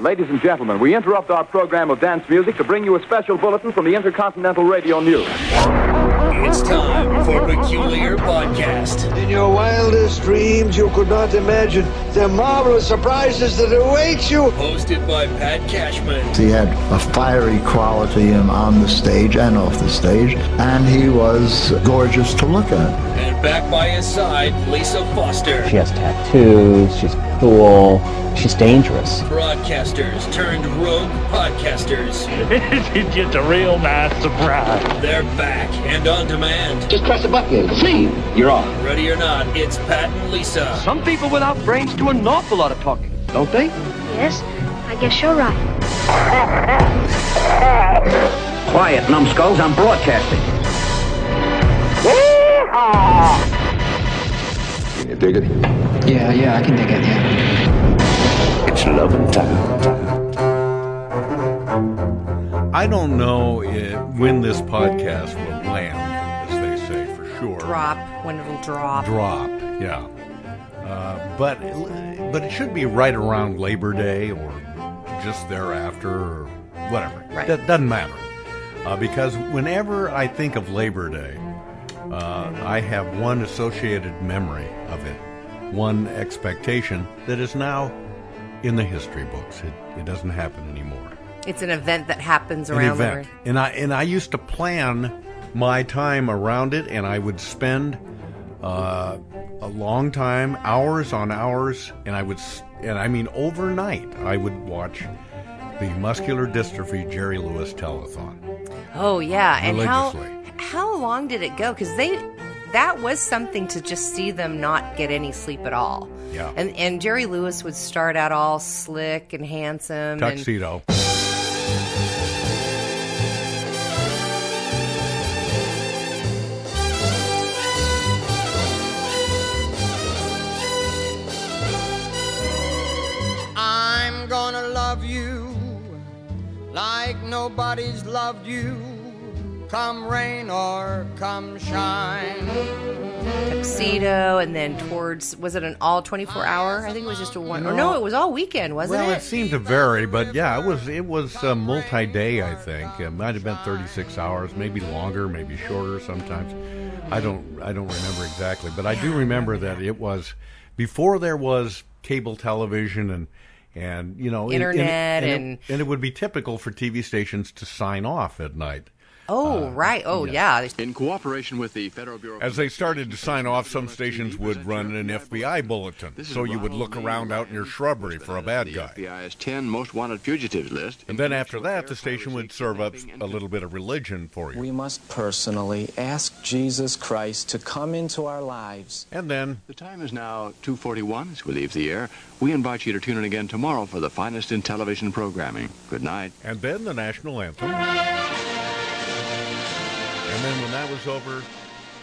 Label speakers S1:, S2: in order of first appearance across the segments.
S1: Ladies and gentlemen, we interrupt our program of dance music to bring you a special bulletin from the Intercontinental Radio News.
S2: It's time for Peculiar Podcast.
S3: In your wildest dreams, you could not imagine the marvelous surprises that await you.
S2: Hosted by Pat Cashman.
S4: He had a fiery quality in, on the stage and off the stage, and he was gorgeous to look at.
S2: And back by his side, Lisa Foster.
S5: She has tattoos. She's cool. She's dangerous.
S2: Broadcasters turned rogue podcasters.
S6: it's just a real nice surprise.
S2: They're back and on demand.
S7: Just press a button. See, you're on.
S2: Ready or not, it's Pat and Lisa.
S8: Some people without brains do an awful lot of talking.
S7: Don't they?
S9: Yes, I guess you're right.
S7: Quiet, numbskulls. I'm broadcasting.
S1: Can you dig it?
S7: Yeah, yeah, I can dig it. Yeah. It's love and time.
S10: I don't know it, when this podcast will land, as they say for sure.
S11: drop when it'll drop.
S10: Drop, yeah. Uh, but but it should be right around Labor Day or just thereafter or whatever.
S11: Right.
S10: That doesn't matter uh, because whenever I think of Labor Day, uh, I have one associated memory of it, one expectation that is now in the history books. It, it doesn't happen anymore.
S11: It's an event that happens
S10: an
S11: around
S10: event. And I and I used to plan my time around it, and I would spend uh, a long time, hours on hours, and I would s- and I mean overnight, I would watch the Muscular Dystrophy Jerry Lewis Telethon.
S11: the. Oh yeah, and how
S10: Religiously.
S11: how long did it go? Because they that was something to just see them not get any sleep at all.
S10: Yeah.
S11: And and Jerry Lewis would start out all slick and handsome. And,
S10: Tuxedo.
S12: I'm gonna love you like nobody's loved you. Come rain or come shine.
S11: tuxedo, and then towards was it an all twenty four hour? I think it was just a one. Or no, it was all weekend, wasn't
S10: Well,
S11: it?
S10: it seemed to vary, but yeah, it was it was uh, multi-day. I think it might have been 36 hours, maybe longer, maybe shorter. Sometimes, I don't I don't remember exactly, but I do remember that it was before there was cable television and and you know and- and-
S11: Internet
S10: and,
S11: and-
S10: it, and it would be typical for TV stations to sign off at night. uh,
S11: oh right. Oh yeah.
S8: In cooperation with the Federal Bureau
S10: As they started to sign off, some stations would run an FBI bulletin, so you would look around out in your shrubbery for a bad guy.
S8: FBI's 10 most wanted fugitives list.
S10: And then after that, the station would serve up a little bit of religion for you.
S12: We must personally ask Jesus Christ to come into our lives.
S10: And then,
S8: The time is now 2:41 as we leave the air. We invite you to tune in again tomorrow for the finest in television programming. Good night.
S10: and then the national anthem. And then when that was over,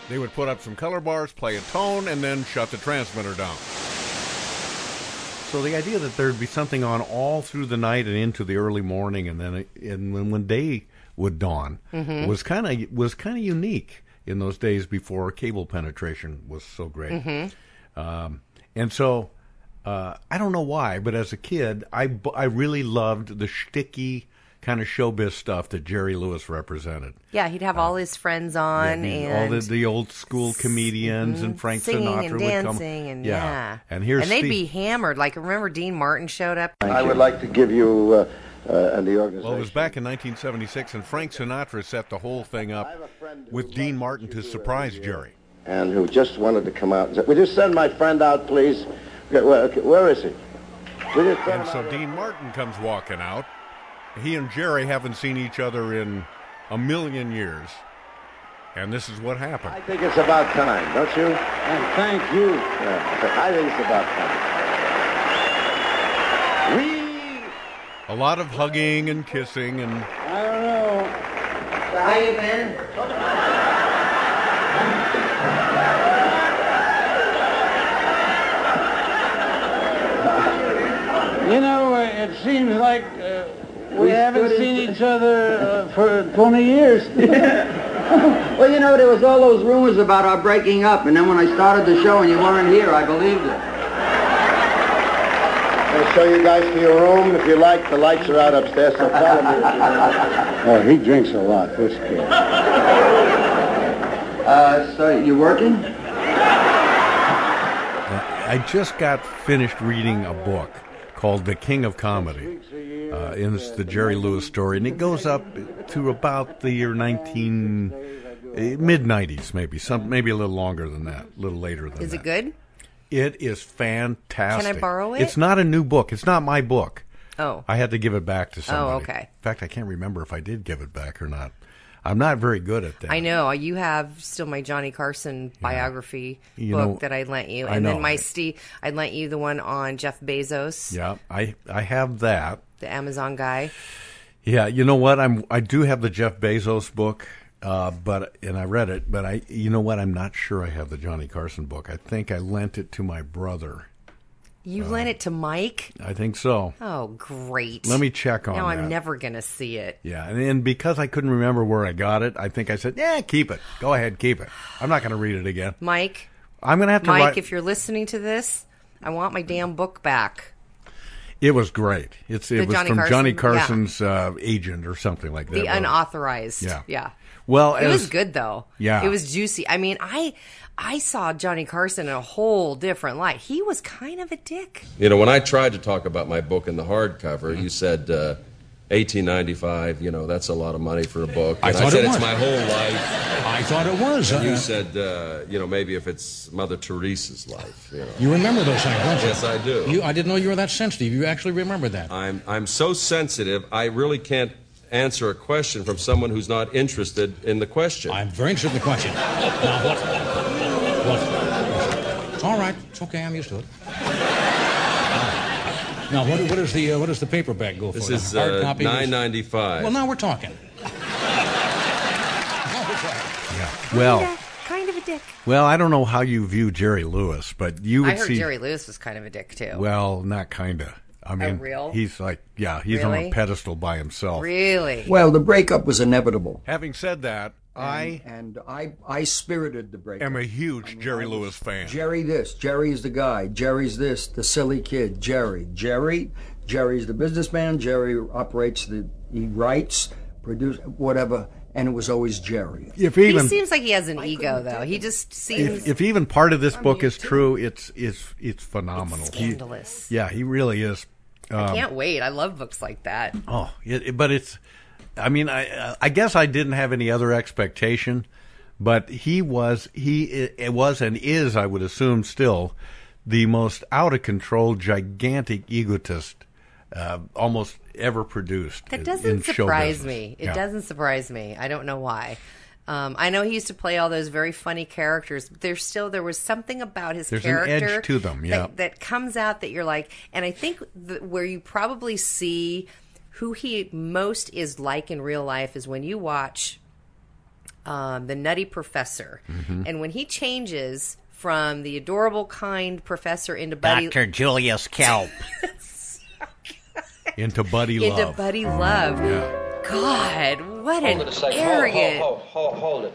S10: they would put up some color bars, play a tone, and then shut the transmitter down. So the idea that there'd be something on all through the night and into the early morning, and then and when, when day would dawn, was kind of was kind of unique in those days before cable penetration was so great. Um, and so uh, I don't know why, but as a kid, I, b- I really loved the shticky kind of showbiz stuff that Jerry Lewis represented.
S11: Yeah, he'd have all his friends on,
S10: Yeah, the-
S11: and mm-hmm.
S10: all the, the old school comedians and Frank
S11: singing
S10: Sinatra would
S11: and
S10: come.
S11: dancing and yeah.
S10: and here's
S11: and they'd
S10: Steve-
S11: be hammered. Like remember Dean Martin showed up.
S3: I would like to give you uh, uh, and the organization.
S10: Well, it was back in 1976, and Frank Sinatra set the whole thing up
S3: have a friend who
S10: with Dean
S3: loves
S10: Martin
S3: you
S10: to
S3: do
S10: surprise
S3: every year.
S10: Jerry.
S3: and who just wanted to come out and say, "Would you send my friend out, please? Okay, well, okay, where is he? Will you send
S10: And
S3: him
S10: so
S3: out?"
S10: Dean Martin comes walking out. He and Jerry haven't seen each other in a million years, and this is what
S3: I
S10: happened.
S3: think it's about time, don't you? And thank you. I think it's about time. We,
S10: A lot of hugging and kissing, and
S3: I don't know.
S12: How you been?
S3: You know, uh, it seems like uh, we haven't seen each other uh, for 20 years.
S13: well, you know, there was all those rumors about our breaking up, and then when I started the show and you weren't here, I believed it.
S3: I'll show you guys to your room. If you like, the lights are out upstairs, so follow me. if you like. Oh, he drinks a lot, this kid.
S13: Uh, so you working?
S10: I just got finished reading a book called The King of Comedy. Uh, and it's the Jerry Lewis story, and it goes up to about the year 19 mid 90s, maybe some, maybe a little longer than that, a little later than
S11: Is
S10: that.
S11: it good?
S10: It is fantastic.
S11: Can I borrow it?
S10: It's not a new book. It's not my book.
S11: Oh.
S10: I had to give it back to somebody.
S11: okay.
S10: In fact, I can't remember if I did give it back or not. I'm not very good at that.
S11: I know you have still my Johnny Carson biography
S10: You
S11: book
S10: know,
S11: that I lent you,
S10: I
S11: and
S10: know.
S11: then my Steve, I lent you the one on Jeff Bezos,
S10: Yeah, I I have that.
S11: the Amazon guy.
S10: Yeah, you know what? I'm I do have the Jeff Bezos book, uh, but and I read it, but I you know what? I'm not sure I have the Johnny Carson book. I think I lent it to my brother.
S11: You
S10: Uh,
S11: lent it to Mike.
S10: I think so.
S11: Oh, great!
S10: Let me check on
S11: Now I'm
S10: that.
S11: never gonna see it.
S10: Yeah, and, and because I couldn't remember where I got it, I think I said, "Yeah, keep it. Go ahead, keep it. I'm not going to read it again.
S11: Mike,
S10: I'm going to have to
S11: Mike,
S10: write."
S11: if you're listening to this, I want my damn book back.
S10: it was great. It's it
S11: The
S10: was
S11: Johnny
S10: from
S11: Carson-
S10: Johnny
S11: yeah.
S10: Carson's uh, agent or something like that.
S11: the unauthorized.
S10: Oh. Yeah.
S11: yeah.
S10: Well,
S11: it
S10: as-
S11: was good though.
S10: Yeah.
S11: it was juicy. I mean, I I saw Johnny Carson in a whole different light. He was kind of a dick.
S14: You know, when I tried to talk about my book in the hardcover, you said uh, 1895. You know, that's a lot of money for a book.
S15: I
S14: And
S15: thought it
S14: said
S15: was.
S14: it's my whole life.
S15: I thought it was.
S14: And
S15: Uh,
S14: you said, uh, you know, maybe if it's Mother Teresa's life. You, know.
S15: You remember those things, don't you?
S14: Yes, I do.
S15: You, I didn't know you were that sensitive. You actually remember that.
S14: I'm I'm so sensitive. I really can't answer a question from someone who's not interested in the question. I'm
S15: very interested in the question. Now, what? What? It's all right. It's okay. I'm used to it. Now, what, what is the uh, what does the paperback go for?
S14: This
S15: The
S14: is
S15: hard
S14: uh,
S15: copy is-
S14: nine ninety five.
S15: Well, now we're talking.
S10: well,
S11: Kind of a dick.
S10: well, I don't know how you view Jerry Lewis, but you would
S11: I heard
S10: see
S11: Jerry Lewis was kind of a dick too.
S10: Well, not kinda. I mean,
S11: real?
S10: he's like, yeah, he's on
S11: Really?
S10: a pedestal by himself.
S11: really?
S16: Well, the breakup was inevitable.
S10: Having said that, I
S16: and I I spirited the breakup.
S10: am a huge Jerry Lewis fan.
S16: Jerry this, Jerry's the guy, Jerry's this, the silly kid, Jerry. Jerry, Jerry's the businessman, Jerry operates the he writes, produce whatever, and it was always Jerry.
S10: If
S11: He
S10: even
S11: seems like he has an ego though. He just seems
S10: if, if even part of this book is true, it's it's it's phenomenal. He-
S11: scandalous.
S10: yeah, he really is.
S11: I
S10: Um,
S11: can't wait. I love books like that.
S10: Oh, it, it- but it's. I mean, I I guess I didn't have any other expectation, but he was he i- it was and is I would assume still the most out of control gigantic egotist uh, almost ever produced.
S11: That
S10: in-
S11: doesn't
S10: in show
S11: surprise
S10: business.
S11: me. It
S10: Yeah.
S11: doesn't surprise me. I don't know why. Um, I know he used to play all those very funny characters. But there's still there was something about his
S10: There's an
S11: character
S10: edge to them,
S11: that-
S10: yeah.
S11: that, comes out that you're like. And I think th- where you probably see who he most is like in real life is when you watch um, the Nutty Professor,
S10: Mm-hmm.
S17: Mhm.
S11: and when he changes from the adorable, kind professor into Buddy
S17: Dr. Julius Kelp.
S10: into Buddy
S11: into
S10: Love.
S11: Buddy Love. God, what an arrogant.
S18: Hold, hold, hold, hold it.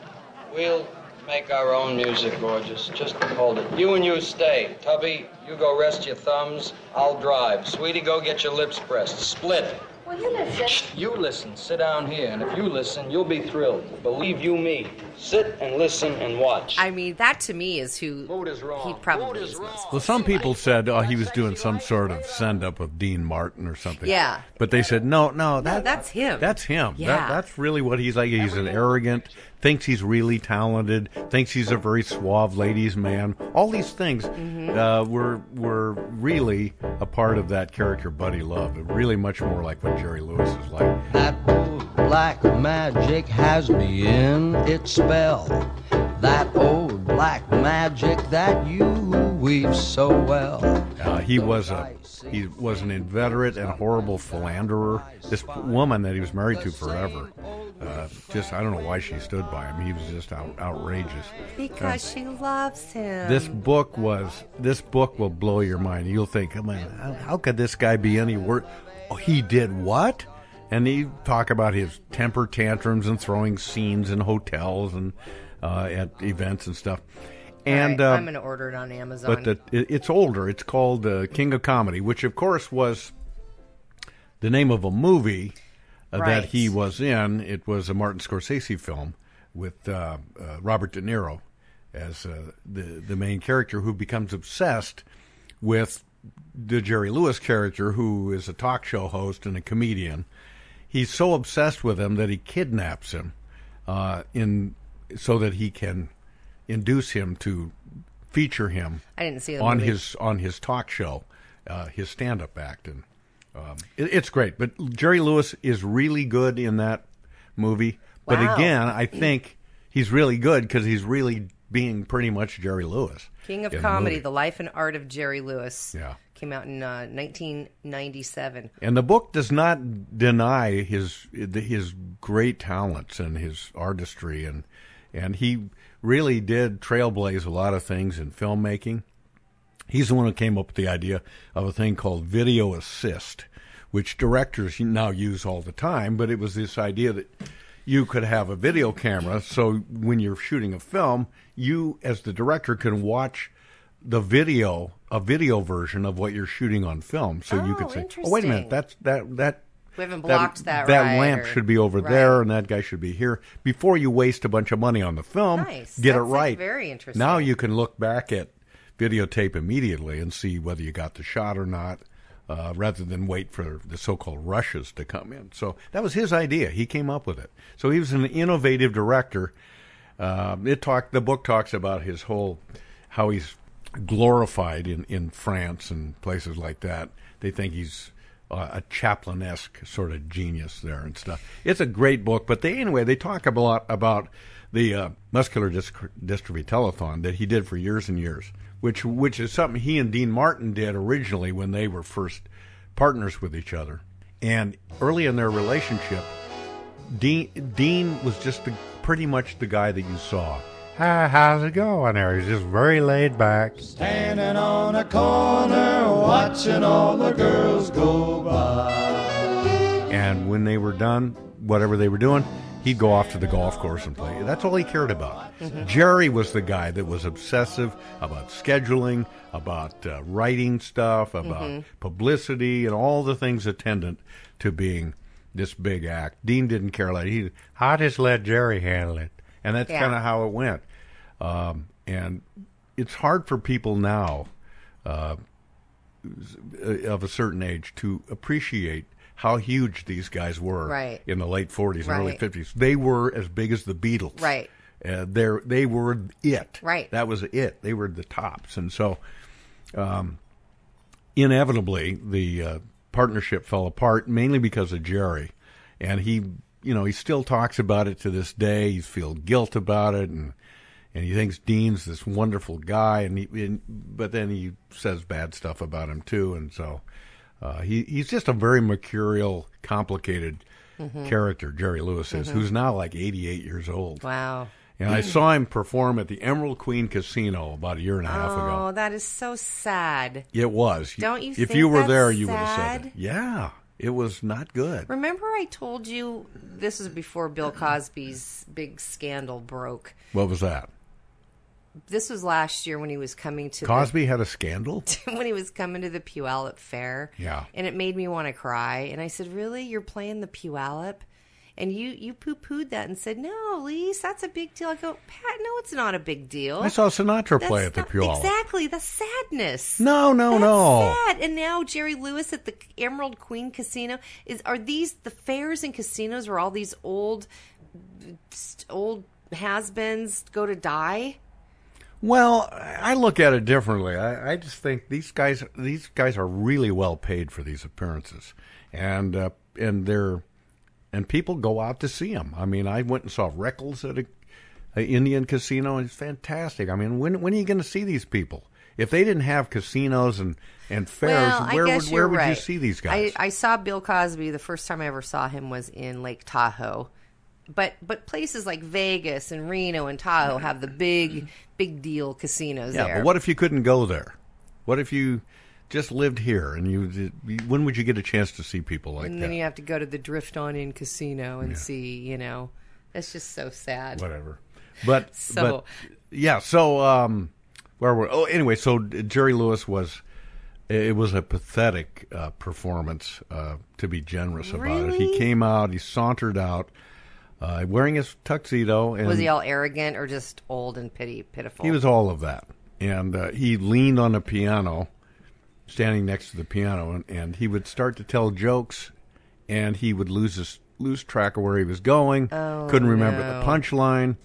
S18: We'll make our own music, gorgeous. Just hold it. You and you stay. Tubby, you go rest your thumbs. I'll drive. Sweetie, go get your lips pressed. Split.
S19: Will you listen?
S18: You listen. Sit down here, and if you listen, you'll be thrilled. Believe you me. Sit and listen and watch.
S11: I mean, that to me is who he probably is. most.
S10: Well, some people said oh, he was doing some sort of send up of Dean Martin or something.
S11: Yeah.
S10: But they said no, no, that,
S11: that's him.
S10: That's him. That,
S11: Yeah.
S10: that's really what he's like. He's an arrogant, thinks he's really talented, thinks he's a very suave ladies' man. All these things
S11: Mm-hmm.
S10: uh, were were really a part of that character, Buddy Love. Really much more like what Jerry Lewis is like.
S19: Black magic has me in its spell. That old black magic that you weave so well.
S10: Uh, he was a he was an inveterate and horrible philanderer. This p- woman that he was married to forever, uh, just I don't know why she stood by him. He was just out, outrageous.
S11: Because she loves
S10: Uh,
S11: him.
S10: this book was this book will blow your mind. You'll think, man, how, how could this guy be any worse? Oh, he did what? And they talk about his temper tantrums and throwing scenes in hotels and uh, at events and stuff. And
S11: All right,
S10: uh,
S11: I'm going to order it on Amazon.
S10: but the, it- it's older. It's called uh, King of Comedy, which of course was the name of a movie uh,
S11: Right.
S10: that he was in. It was a Martin Scorsese film with uh, uh, Robert De Niro as uh, the the main character, who becomes obsessed with the Jerry Lewis character, who is a talk show host and a comedian. He's so obsessed with him that he kidnaps him uh, in so that he can induce him to feature him
S11: I didn't see the
S10: on
S11: movie.
S10: his on his talk show, uh, his stand up act, and um, it, it's great. But Jerry Lewis is really good in that movie.
S11: Wow.
S10: But again, I think he's really good because he's really being pretty much Jerry Lewis.
S11: King of
S10: in the
S11: Comedy:
S10: movie.
S11: The Life and Art of Jerry Lewis.
S10: Yeah.
S11: Came out in uh, 1997.
S10: And the book does not deny his his great talents and his artistry and and he really did trailblaze a lot of things in filmmaking. He's the one who came up with the idea of a thing called video assist, which directors now use all the time, but it was this idea that you could have a video camera so when you're shooting a film, you as the director can watch the video a video version of what you're shooting on film so you could say oh wait a minute
S11: interesting.
S10: that's that that
S11: We haven't blocked that.
S10: that
S11: right,
S10: lamp
S11: or-
S10: should be over
S11: right.
S10: there and that guy should be here before you waste a bunch of money on the film
S11: Nice.
S10: get it
S11: That's, like,
S10: right
S11: very interesting.
S10: now you can look back at videotape immediately and see whether you got the shot or not uh, rather than wait for the so-called rushes to come in so that was his idea he came up with it so he was an innovative director uh, it talk the book talks about his whole how he's glorified in, in France and places like that. They think he's uh, a Chaplin esque sort of genius there and stuff. It's a great book, but they anyway they talk a lot about the uh, muscular dys- dystrophy telethon that he did for years and years, which which is something he and Dean Martin did originally when they were first partners with each other. And early in their relationship, Dean Dean was just the, pretty much the guy that you saw. Hi, how's it going there? He's just very laid back.
S7: Standing on a corner, watching all the girls go by.
S10: And when they were done, whatever they were doing, he'd go off to the golf course and play. That's all he cared about.
S7: Mhm.
S10: Jerry was the guy that was obsessive about scheduling, about uh, writing stuff, about
S7: Mhm.
S10: publicity, and all the things attendant to being this big act. Dean didn't care like he. I just let Jerry handle it, and that's
S7: Yeah.
S10: kind of how it went. Um, and it's hard for people now. Uh, of a certain age to appreciate how huge these guys were
S11: Right.
S10: in the late 40s and early
S11: Right.
S10: 50s. They were as big as the Beatles.
S11: Right.
S10: Uh, they're, they were it.
S11: Right.
S10: That was it. They were the tops. And so um, inevitably, the uh, partnership fell apart mainly because of Jerry. And he, you know, he still talks about it to this day. He feels guilt about it. And and he thinks Dean's this wonderful guy, and, he, and but then he says bad stuff about him too, and so uh, he he's just a very mercurial, complicated
S11: Mm-hmm.
S7: Mhm.
S10: character. Jerry Lewis is,
S7: Mhm.
S10: who's now like 88 years old.
S11: Wow.
S10: And I saw him perform at the Emerald Queen Casino about a year and a half ago.
S11: Oh, that is so sad.
S10: It was.
S11: Don't you
S10: If
S11: think
S10: you were
S11: that's
S10: there, you would have said
S11: sad?
S10: it. Yeah, it was not good.
S11: Remember, I told you this was before Bill Cosby's big scandal broke.
S10: What was that?
S11: This was last year when he was coming to the-
S10: Cosby had a scandal.
S11: when he was coming to the Puyallup Fair.
S10: Yeah.
S11: And it made me want to cry. And I said, Really? You're playing the Puyallup? And you, you poo pooed that and said, No, Lise, that's a big deal. I go, Pat, no, it's not a big deal.
S10: I saw Sinatra
S11: That's
S10: play at the
S11: not-
S10: Puyallup.
S11: Exactly. That's sadness.
S10: No, no, no.
S11: Sad. And now Jerry Lewis at the Emerald Queen Casino is. Are these the fairs and casinos where all these old, old has-beens go to die?
S10: Well, I look at it differently. I, I just think these guys these guys are really well paid for these appearances, and uh, and they're and people go out to see them. I mean, I went and saw Reckles at a, a Indian casino, and it's fantastic. I mean, when when are you going to see these people? If they didn't have casinos and and fairs,
S11: Well, I
S10: where
S11: guess
S10: would
S11: you're
S10: where would you
S11: right.
S10: see these guys?
S11: I, I saw Bill Cosby the first time I ever saw him was in Lake Tahoe, but but places like Vegas and Reno and Tahoe have the big big deal casinos
S10: yeah,
S11: there.
S10: but what if you couldn't go there? What if you just lived here, and you, when would you get a chance to see people like
S11: and
S10: that?
S11: then you have to go to the Drift On In Casino and see, you know, that's just so sad.
S10: Whatever. But
S11: So-
S10: but, yeah, so um, where were? Oh, anyway, so Jerry Lewis was. It was a pathetic uh, performance, uh, to be generous about it. He came out, he sauntered out, uh, wearing his tuxedo, and
S11: was he all arrogant or just old and pity pitiful?
S10: he was all of that. And uh, he leaned on a piano, standing next to the piano, and, and he would start to tell jokes, and he would lose his lose track of where he was going.
S11: Oh,
S10: couldn't remember
S11: no.
S10: the punchline,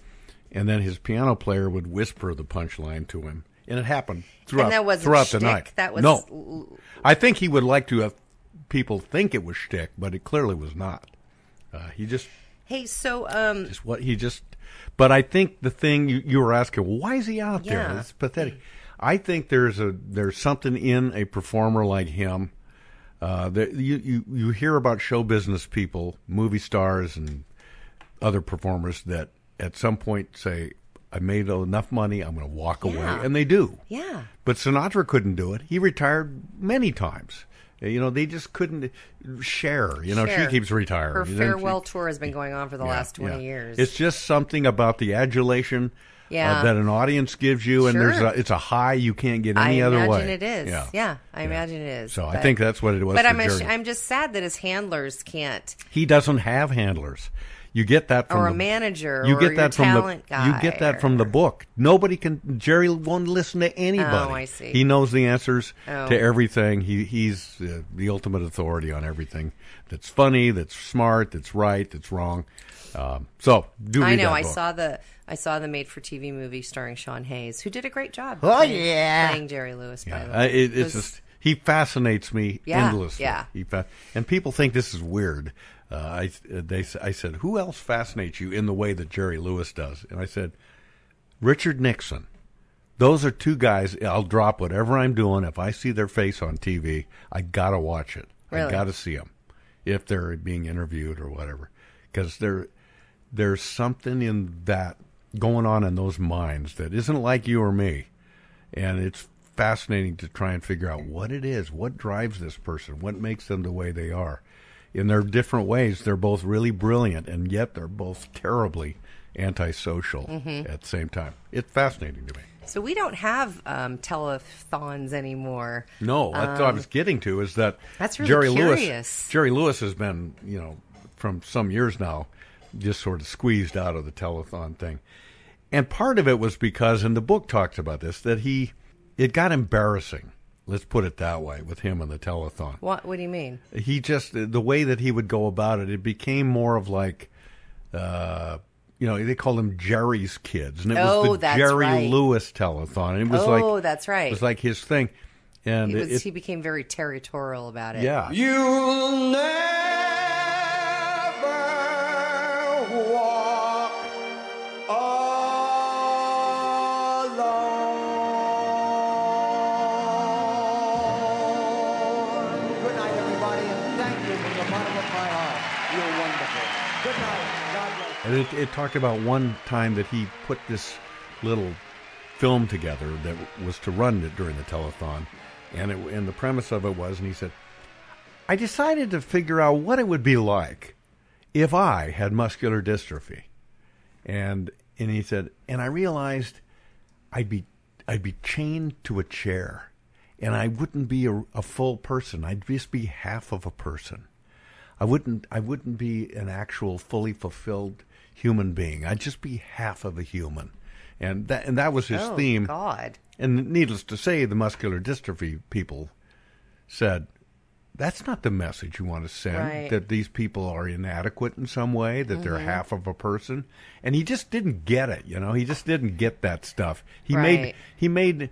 S10: and then his piano player would whisper the punchline to him, and it happened throughout
S11: that wasn't
S10: throughout
S11: shtick,
S10: the night.
S11: that was
S10: no,
S11: l-
S10: I think he would like to have people think it was shtick, but it clearly was not. Uh, he just
S11: Hey, so um
S10: just what he just but i think the thing you, you were asking well, why is he out
S11: Yeah.
S10: there it's pathetic i think there's a there's something in a performer like him uh that you you, you hear about show business people movie stars and other performers that at some point say i made enough money i'm going to walk
S11: Yeah.
S10: away and they do
S11: Yeah.
S10: but sinatra couldn't do it he retired many times you know they just couldn't share you know
S11: Cher,
S10: she keeps retiring
S11: Her
S10: She-
S11: farewell tour has been going on for the last
S10: yeah.
S11: twenty years.
S10: It's just something about the adulation
S11: Yeah.
S10: uh, that an audience gives you, and there's
S11: Sure.
S10: a, it's a high you can't get
S11: I
S10: any other
S11: imagine
S10: way.
S11: it is. Yeah, I imagine it is.
S10: So I
S11: but-
S10: think that's what it was
S11: But
S10: for
S11: I'm ash-
S10: Jerry.
S11: I'm just sad that his handlers can't,
S10: He doesn't have handlers. You get that from
S11: or
S10: the,
S11: a manager,
S10: you
S11: or
S10: get
S11: your
S10: that from
S11: talent
S10: the
S11: guy.
S10: you get that from the book. Nobody can Jerry won't listen to anybody.
S11: Oh, I see.
S10: He knows the answers
S11: Oh.
S10: to everything. He he's uh, the ultimate authority on everything that's funny, that's smart, that's right, that's wrong. Um, so do
S11: I
S10: read
S11: know.
S10: that
S11: I
S10: book.
S11: saw the I saw the made for TV movie starring Sean Hayes, who did a great job.
S7: Oh,
S11: playing-
S7: yeah.
S11: playing Jerry Lewis. By the
S10: I,
S11: way,
S10: it, it's
S11: was-
S10: just he fascinates me
S11: Yeah,
S10: endlessly.
S11: yeah.
S10: He fa- and people think this is weird. Uh, I they s- I said, who else fascinates you in the way that Jerry Lewis does? And I said, Richard Nixon. Those are two guys. I'll drop whatever I'm doing if I see their face on TV. I gotta watch it. I
S11: Really?
S10: gotta see them if they're being interviewed or whatever, because there there's something in that going on in those minds that isn't like you or me and it's fascinating to try and figure out what it is, what drives this person, what makes them the way they are. In their different ways, they're both really brilliant, and yet they're both terribly antisocial
S11: Mhm.
S10: at the same time. It's fascinating to me.
S11: so we don't have um, telethons anymore.
S10: No, that's what I
S11: Um,
S10: was getting to is that
S11: That's really
S10: Jerry
S11: curious.
S10: Lewis. Jerry Lewis has been, you know, from some years now, just sort of squeezed out of the telethon thing, and part of it was because, and the book talks about this, that he it got embarrassing. Let's put it that way with him and the telethon.
S11: What What do you mean?
S10: He just the way that he would go about it, it became more of like. Uh, you know, they called him Jerry's Kids, and it was
S11: Oh,
S10: the
S11: that's
S10: Jerry
S11: right.
S10: Lewis telethon. And it was
S11: oh,
S10: like
S11: that's
S10: it
S11: right.
S10: was like his thing, and
S11: he, was,
S10: it,
S11: he became very territorial about it.
S10: Yeah.
S7: You'll never walk alone. Good night, everybody, and thank you from the bottom of my heart. You're wonderful. Good night. God bless.
S10: And it, it talked about one time that he put this little film together that was to run it during the telethon, and it, and the premise of it was, and he said, I decided to figure out what it would be like if I had muscular dystrophy, and and he said, and I realized I'd be I'd be chained to a chair, and I wouldn't be a, a full person. I'd just be half of a person. I wouldn't I wouldn't be an actual fully fulfilled human being. I'd just be half of a human. And that and that was his
S11: Oh,
S10: theme.
S11: God.
S10: And needless to say, the muscular dystrophy people said that's not the message you want to send
S11: Right.
S10: that these people are inadequate in some way, that they're
S11: Mhm.
S10: half of a person. And he just didn't get it, you know. He just didn't get that stuff. He
S11: Right.
S10: made he made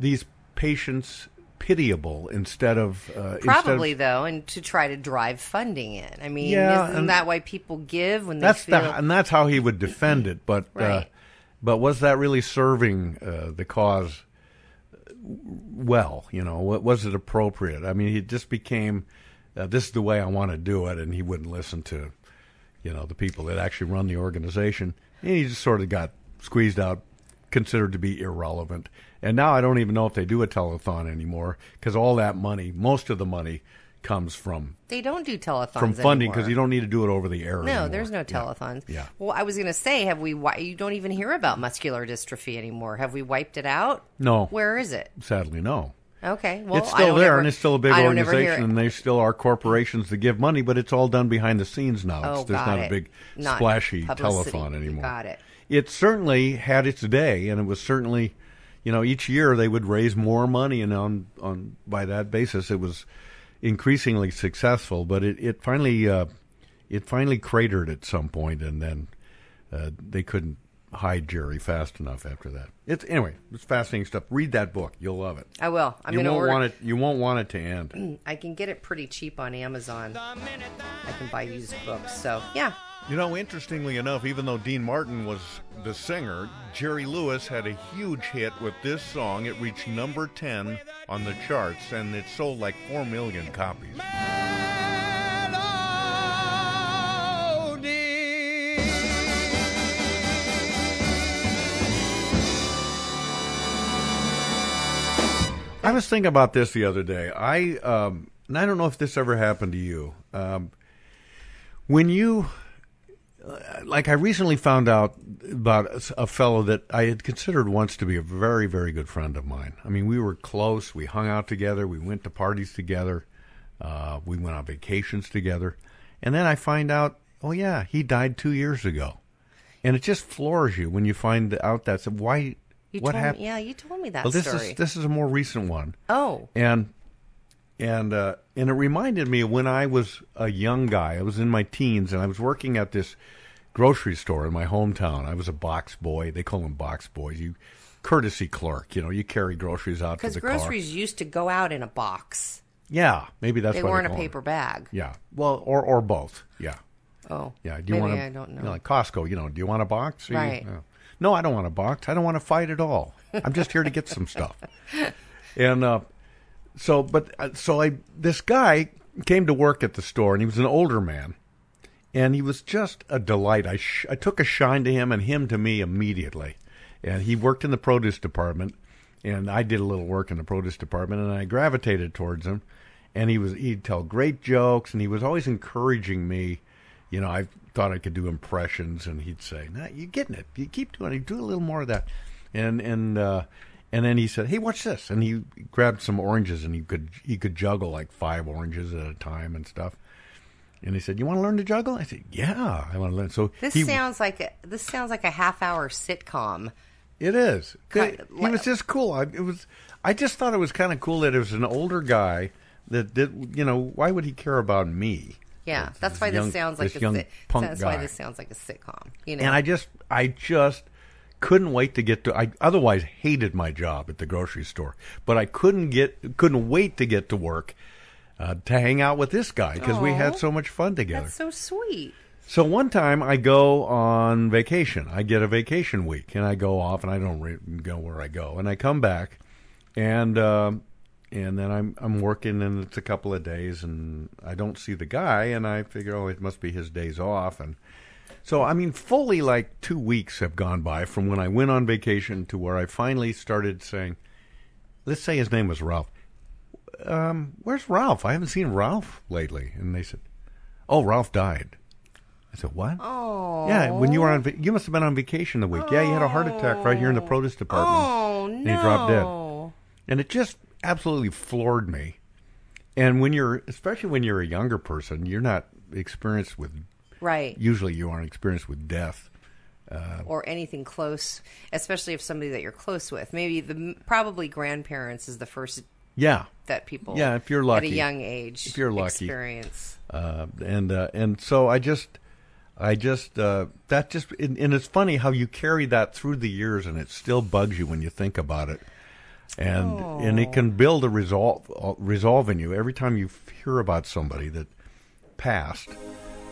S10: these patients pitiable instead of uh, instead of-
S11: Probably though, and to try to drive funding in. I mean,
S10: Yeah,
S11: isn't
S10: and-
S11: that why people give when they
S10: that's
S11: feel?
S10: the, and that's how he would defend it. But uh,
S11: Right.
S10: but was that really serving uh, the cause uh, well? You know, wa- was it appropriate? I mean, it just became uh, this is the way I want to do it, and he wouldn't listen to you know the people that actually run the organization. And he just sort of got squeezed out, considered to be irrelevant. And now I don't even know if they do a telethon anymore because all that money, most of the money, comes from
S11: They don't do telethons
S10: from funding
S11: anymore.
S10: because you don't need to do it over the air.
S11: no,
S10: anymore.
S11: there's no
S10: Yeah.
S11: telethons.
S10: Yeah.
S11: Well, I was going to say, have we? Wi- you don't even hear about muscular dystrophy anymore. Have we wiped it out?
S10: No.
S11: Where is it?
S10: Sadly, no.
S11: Okay. Well,
S10: it's
S11: I
S10: still
S11: don't
S10: there,
S11: ever-
S10: and it's still a big
S11: I don't ever hear
S10: organization,
S11: it.
S10: and they still are corporations that give money, but it's all done behind the scenes now.
S11: Oh,
S10: it's, there's
S11: got
S10: not
S11: it.
S10: a big
S11: Not
S10: splashy
S11: publicity.
S10: telethon
S11: You
S10: anymore.
S11: got it.
S10: It certainly had its day, and it was certainly, you know, each year they would raise more money, and on on by that basis, it was increasingly successful. But it it finally uh, it finally cratered at some point, and then uh, they couldn't hide Jerry fast enough after that. It's anyway, it's fascinating stuff. Read that book; you'll love it.
S11: I will. I'm
S10: you
S11: gonna
S10: won't
S11: order-
S10: want it. You won't want it to end.
S11: I can get it pretty cheap on Amazon. I can buy used books. So yeah,
S10: You know, interestingly enough, even though Dean Martin was the singer, Jerry Lewis had a huge hit with this song. It reached number 10 on the charts, and it sold like 4 million copies. I was thinking about this the other day. I um, and I don't know if this ever happened to you. Um, when you uh, like I recently found out about a fellow that I had considered once to be a very, very good friend of mine. I mean, we were close. We hung out together. We went to parties together. Uh, we went on vacations together. And then I find out, oh yeah, he died two years ago. And it just floors you when you find out that. So why?
S11: you
S10: what
S11: told
S10: happened?
S11: me. Yeah, you told me that
S10: well, this
S11: story.
S10: is this is a more recent one
S11: oh,
S10: and and uh, and it reminded me of when I was a young guy. I was in my teens, and I was working at this grocery store in my hometown. I was a box boy. They call them box boys. You courtesy clerk. You know, you carry groceries out to
S11: because
S10: the
S11: groceries
S10: car.
S11: used to go out in a box.
S10: Yeah, maybe that's
S11: they
S10: why
S11: weren't
S10: they
S11: a
S10: call them.
S11: paper bag.
S10: Yeah, well, or or both. Yeah.
S11: Oh.
S10: Yeah. Do you
S11: Maybe
S10: want?
S11: I don't know.
S10: You know, like Costco. You know, do you want a box? Or you-
S11: Right.
S10: no. no, I don't want a box. I don't want to fight at all. I'm just here to get some stuff. and uh, so but uh, so I this guy came to work at the store and he was an older man and he was just a delight I sh- I took a shine to him and him to me immediately and he worked in the produce department and I did a little work in the produce department and I gravitated towards him and he was he'd tell great jokes and he was always encouraging me you know I thought I could do impressions and he'd say nah, you're getting it you keep doing it do a little more of that and and uh and then he said, "Hey, watch this!" And he grabbed some oranges, and he could he could juggle like five oranges at a time and stuff. And he said, "You want to learn to juggle?" I said, "Yeah, I want to learn." So
S11: This
S10: he,
S11: sounds like a, this sounds like a half hour sitcom.
S10: it is.
S11: Ki-
S10: he was just cool. I, it was. I just thought it was kind of cool that it was an older guy that did. You know, why would he care about me?
S11: Yeah, that's why this
S10: young-
S11: sounds like
S10: this
S11: a
S10: young
S11: sit-
S10: punk
S11: That's why
S10: guy.
S11: this sounds like a sitcom. You know,
S10: And I just, I just couldn't wait to get to. I otherwise hated my job at the grocery store, but I couldn't get, couldn't wait to get to work uh, to hang out with this guy because we
S11: Aw.
S10: had so much fun together.
S11: that's so sweet.
S10: So one time I go on vacation. I get a vacation week, and I go off, and I don't re- go where I go, and I come back, and um, and then I'm I'm working, and it's a couple of days, and I don't see the guy, and I figure, oh, it must be his days off, and so I mean, fully like two weeks have gone by from when I went on vacation to where I finally started saying, let's say his name was Ralph. Um, where's Ralph? I haven't seen Ralph lately, and they said, oh, Ralph died. I said, what?
S11: Oh,
S10: Yeah, when you were on, va- you must have been on vacation the week. Yeah, you had a heart attack right here in the produce department.
S11: Oh,
S10: And you dropped dead. And it just absolutely floored me. And when you're, especially when you're a younger person, you're not experienced with.
S11: Right.
S10: Usually, you aren't experienced with death. Uh,
S11: or anything close, especially if somebody that you're close with. Maybe the probably grandparents is the first.
S10: Yeah.
S11: that people.
S10: Yeah, if you're lucky.
S11: at a young age,
S10: If you're lucky.
S11: experience.
S10: uh, and uh, and so I just, I just uh, that just and, and it's funny how you carry that through the years, and it still bugs you when you think about it, and and it
S11: Oh.
S10: can build a resolve uh, resolve in you every time you f- hear about somebody that passed.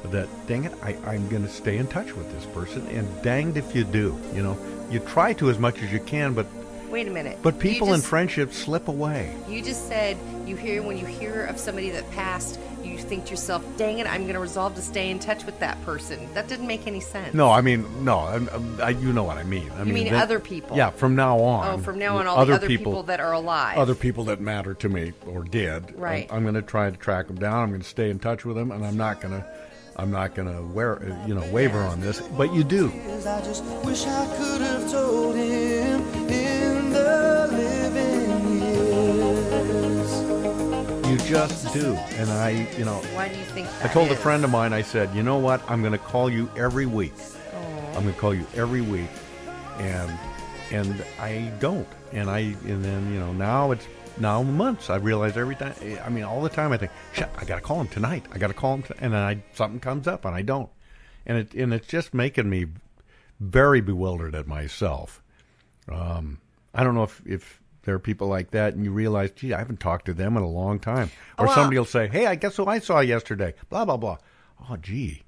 S10: That dang it, I, I'm going to stay in touch with this person, and danged if you do, you know, you try to as much as you can, but
S11: Wait a minute.
S10: But people
S11: you
S10: and
S11: just,
S10: friendships slip away.
S11: You just said you hear when you hear of somebody that passed, you think to yourself, "Dang it, I'm going to resolve to stay in touch with that person." That didn't make any sense.
S10: No, I mean no. I, I, you know what I mean. I
S11: You mean
S10: that-
S11: other people.
S10: Yeah, from now
S11: Oh,
S10: on.
S11: from now on, all the other people, that are alive.
S10: other people that matter to me or did.
S11: Right.
S10: I'm, going to try to track them down. I'm going to stay in touch with them, and I'm not going to, I'm not going to wear, you know, waver on this. But you do.
S7: I just wish I could have told him in the living years.
S10: You just do. And I, you know,
S11: Why do you think
S10: I
S11: that
S10: told a
S11: is?
S10: friend of mine, I said, you know what? I'm going to call you every week. I'm going to call you every week, and and I don't. And I and then you know now it's now months. I realize every time. I mean, all the time I think, Shit, I got to call him tonight. I got to call him, t-. and then I, something comes up and I don't. And it and it's just making me very bewildered at myself. Um, I don't know if if. There are people like that, and you realize, gee, I haven't talked to them in a long time. Or
S11: Well-
S10: somebody will say, "Hey, I guess who I saw yesterday?" Blah blah blah. Oh, gee,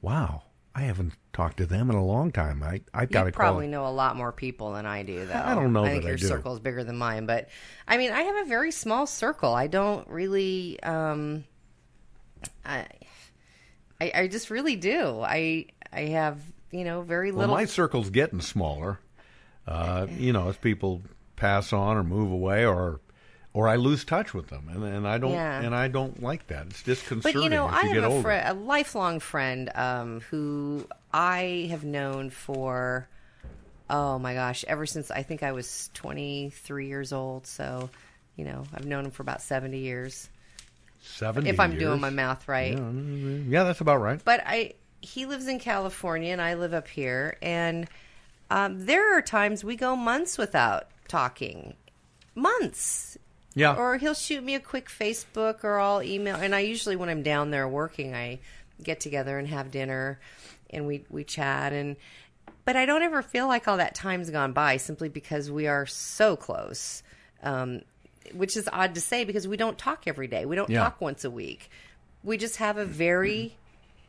S10: wow, I haven't talked to them in a long time. I I've got
S11: You
S10: to
S11: probably
S10: call.
S11: know a lot more people than I do, though.
S10: I don't know
S11: I think
S10: that I
S11: your
S10: do.
S11: circle is bigger than mine, but I mean, I have a very small circle. I don't really, um, I, I, I just really do. I, I have, you know, very
S10: Well,
S11: little.
S10: my circle's getting smaller. Uh, you know, as people pass on or move away, or or I lose touch with them, and, and I don't
S11: Yeah.
S10: and I don't like that. It's disconcerting
S11: But you know,
S10: as
S11: I
S10: you get
S11: have a,
S10: older.
S11: friend, a lifelong friend um, who I have known for, oh my gosh, ever since I think I was 23 years old. So, you know, I've known him for about 70 years.
S10: 70
S11: if I'm doing
S10: years.
S11: my math right.
S10: Yeah, yeah, that's about right.
S11: But I, he lives in California and I live up here, and um, there are times we go months without talking, months.
S10: Yeah.
S11: Or he'll shoot me a quick Facebook or I'll email, and I usually when I'm down there working, I get together and have dinner, and we we chat and. But I don't ever feel like all that time's gone by simply because we are so close, um, which is odd to say because we don't talk every day. We don't
S17: Yeah.
S11: talk once a week. We just have a very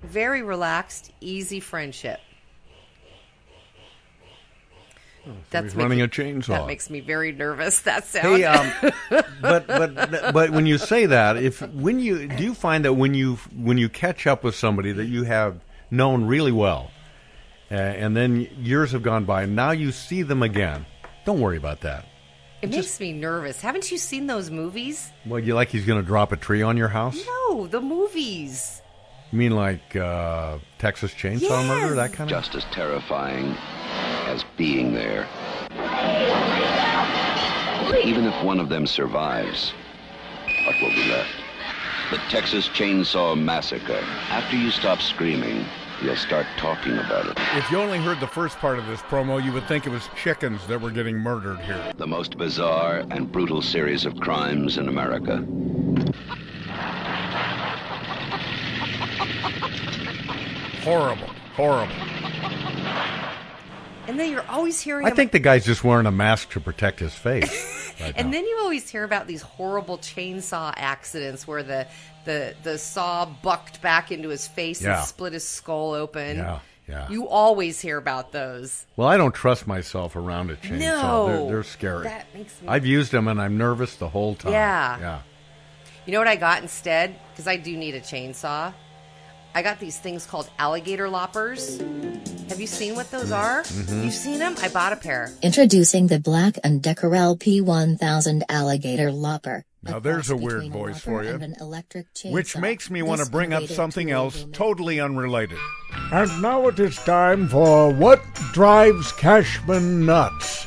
S11: very relaxed, easy friendship.
S10: Somebody's Oh, running
S11: making-
S10: a chainsaw.
S11: That makes me very nervous. That sound.
S10: Hey, um, but but but when you say that, if when you do you find that when you when you catch up with somebody that you have known really well, uh, and then years have gone by, and now you see them again, don't worry about that.
S11: it makes me nervous. Haven't you seen those movies?
S10: Well, you like he's going to drop a tree on your house?
S11: No, the movies.
S10: You mean like uh, Texas Chainsaw
S11: Yes.
S10: Murder, that kind of?
S20: Just as terrifying as being there. Even if one of them survives, what will be left? The Texas Chainsaw Massacre. After you stop screaming, you'll start talking about it.
S10: If you only heard the first part of this promo, you would think it was chickens that were getting murdered here.
S20: The most bizarre and brutal series of crimes in America.
S10: Horrible, horrible.
S11: And then you're always hearing.
S10: I
S11: about-
S10: think the guy's just wearing a mask to protect his face. right now.
S11: And then you always hear about these horrible chainsaw accidents where the the the saw bucked back into his face
S10: Yeah.
S11: and split his skull open.
S10: Yeah, yeah.
S11: You always hear about those.
S10: Well, I don't trust myself around a chainsaw.
S11: No.
S10: they're, they're scary.
S11: That makes me-
S10: I've used them and I'm nervous the whole time.
S11: Yeah.
S10: yeah.
S11: You know what I got instead? Because I do need a chainsaw. I got these things called alligator loppers. Have you seen what those are?
S10: Mm-hmm.
S21: Mhm.
S11: You've seen them? I bought a pair.
S21: Introducing the Black and Decker LP1000 Alligator Lopper.
S10: Now there's a weird voice for you, which makes me want to bring up something else totally unrelated.
S22: And now it is time for What Drives Cashman Nuts?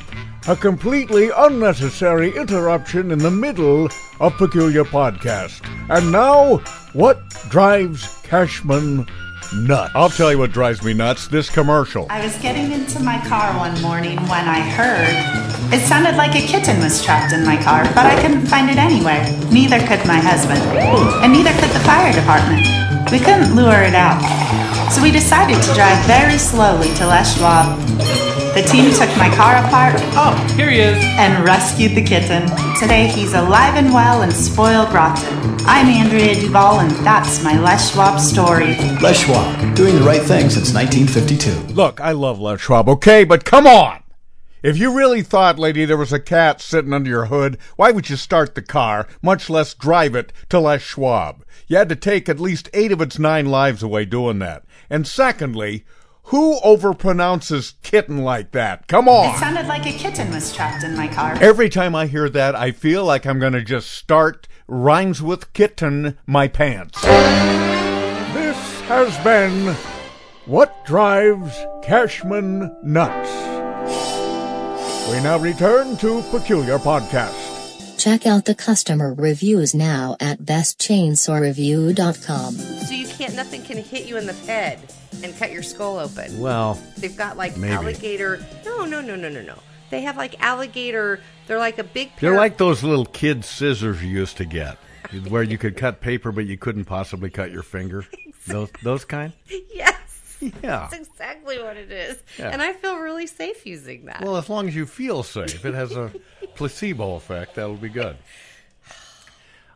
S22: A completely unnecessary interruption in the middle of Peculiar Podcast. And now, What Drives Cashman Nuts?
S10: I'll tell you what drives me nuts: this commercial.
S23: I was getting into my car one morning when I heard it sounded like a kitten was trapped in my car, but I couldn't find it anywhere. Neither could my husband, and neither could the fire department. We couldn't lure it out. So we decided to drive very slowly to Les Schwab. The team took my car apart. Oh, here he is. And rescued the kitten. Today he's alive and well and spoiled rotten. I'm Andrea Duval, and that's my Les Schwab story.
S24: Les Schwab, doing the right thing since 1952.
S10: Look, I love Les Schwab, okay, but come on. If you really thought, lady, there was a cat sitting under your hood, why would you start the car, much less drive it to Les Schwab? You had to take at least eight of its nine lives away doing that. And secondly, who overpronounces kitten like that? Come
S23: It
S10: on.
S23: sounded like a kitten was trapped in my car.
S10: Every time I hear that, I feel like I'm going to just start rhymes with kitten my pants.
S22: This has been What Drives Cashman Nuts. We now return to Peculiar Podcast.
S21: Check out the customer reviews now at bestchainsawreview.com.
S11: So you can't, nothing can hit you in the head and cut your skull open.
S10: Well,
S11: They've got like
S10: Maybe.
S11: alligator. No, no, no, no, no, no. They have like alligator. They're like a big. pair
S10: They're
S11: of-
S10: like those little kid scissors you used to get, where you could cut paper, but you couldn't possibly cut your finger. Those those kind.
S11: Yes.
S10: Yeah.
S11: That's exactly what it is.
S10: Ah. Yeah.
S11: And I feel really safe using that.
S10: Well, as long as you feel safe, it has a placebo effect. That'll be good.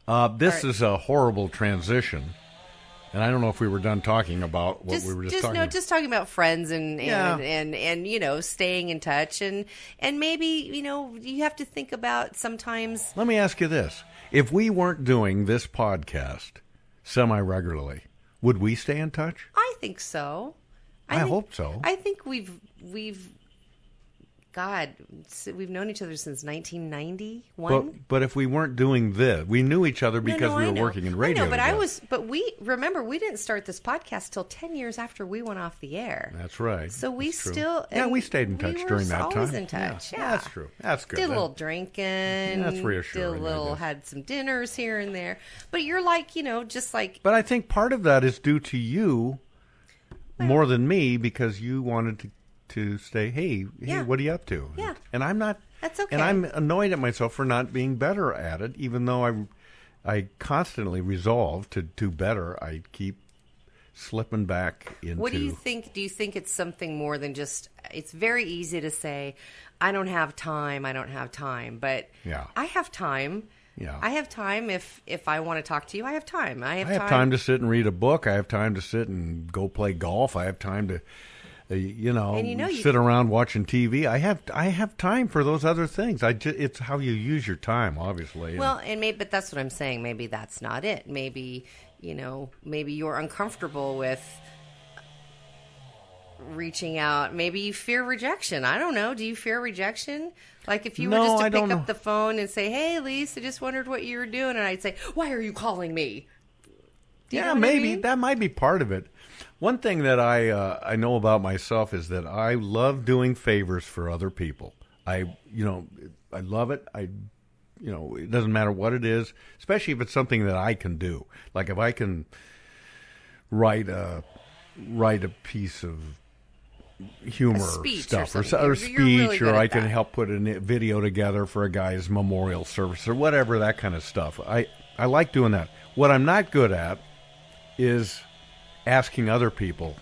S10: Uh, this is a horrible transition, and I don't know if we were done talking about what
S11: just,
S10: we were just,
S11: just
S10: talking.
S11: no,
S10: about.
S11: just talking about friends and and,
S10: Yeah.
S11: and and you know staying in touch and and maybe you know you have to think about sometimes.
S10: Let me ask you this: If we weren't doing this podcast semi regularly, would we stay in touch?
S11: I think so.
S10: I
S11: think-
S10: hope so.
S11: I think we've we've. God, s- we've known each other since 1991.
S10: But, but if we weren't doing this, we knew each other
S11: No,
S10: because
S11: no,
S10: we
S11: I
S10: were
S11: know.
S10: working in radio.
S11: I know, but I
S10: together.
S11: was. But we remember we didn't start this podcast till ten years after we went off the air.
S10: That's right.
S11: So we
S10: That's true.
S11: still
S10: yeah
S11: and
S10: we stayed in touch
S11: we were
S10: during that time.
S11: Always in touch. Yeah,
S10: that's true. That's good.
S11: Did a
S10: That-
S11: little drinking.
S10: that's reassuring, I
S11: Did a little
S10: guess.
S11: had some dinners here and there. But you're like you know just like
S10: But I think part of that is due to you more than me because you wanted to to say, "Hey, hey,
S11: Yeah.
S10: what are you up to?"
S11: Yeah.
S10: And I'm not.
S11: That's okay.
S10: And I'm annoyed at myself for not being better at it, even though I I constantly resolve to do better. I keep slipping back into.
S11: What do you think? Do you think it's something more than just? It's very easy to say, I don't have time. I don't have time. But
S10: Yeah.
S11: I have time.
S10: Yeah.
S11: I have time if if I want to talk to you. I have time. I have,
S10: I have time. to sit and read a book. I have time to sit and go play golf. I have time to, uh, you know,
S11: And you know you-
S10: sit around watching TV. I have I have time for those other things. I ju- it's how you use your time, obviously. and-
S11: Well, and maybe, but that's what I'm saying. Maybe that's not it. Maybe you know, maybe you're uncomfortable with reaching out. Maybe you fear rejection. I don't know. Do you fear rejection? Like if you
S10: No,
S11: were just to
S10: I
S11: pick up
S10: don't know.
S11: the phone and say, "Hey, Lise, I just wondered what you were doing," and I'd say, "Why are you calling me?" Do you
S10: yeah,
S11: know what I
S10: maybe
S11: mean?
S10: that might be part of it. One thing that I uh, I know about myself is that I love doing favors for other people. I you know I love it. I you know it doesn't matter what it is, especially if it's something that I can do. Like if I can write a write a piece of humor
S4: A speech or
S10: stuff so-
S4: something.
S10: or,
S4: You're- you're really
S10: speech
S4: good
S10: or
S4: at
S10: I can
S4: that.
S10: help put a ni- video together for a guy's memorial service or whatever that kind of stuff. I I like doing that. What I'm not good at is asking other people.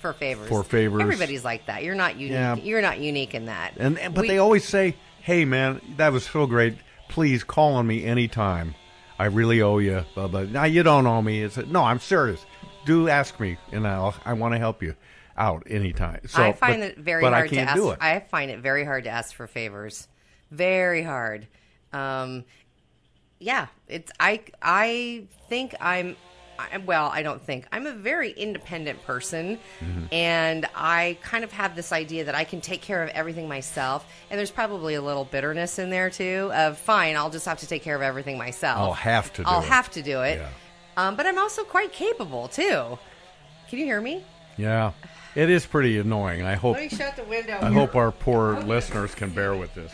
S11: for favors.
S10: For favors.
S11: Everybody's like that. You're not unique.
S10: Yeah.
S11: You're not unique in that.
S10: And, and- but
S11: We-
S10: they always say, "Hey man, that was so great. Please call on me anytime. I really owe you." Blah blah. Now you don't owe me. It's no, I'm serious. Do ask me, and I'll I want to help you out anytime. So
S11: I find
S10: but-
S11: it very
S10: but
S11: hard
S10: I can't
S11: to ask.
S10: do it.
S11: I find it very hard to ask for favors. Very hard. Um, yeah, it's I. I think I'm. I, well, I don't think I'm a very independent person,
S10: Mm-hmm.
S5: Mhm.
S11: and I kind of have this idea that I can take care of everything myself. And there's probably a little bitterness in there too. Of fine, I'll just have to take care of everything myself.
S10: I'll have to do
S11: I'll
S10: it.
S11: have to do it. Um, but I'm also quite capable too. Can you hear me?
S10: Yeah, it is pretty annoying. I hope.
S11: Let me shut the window.
S10: I hope our poor listeners can bear with this.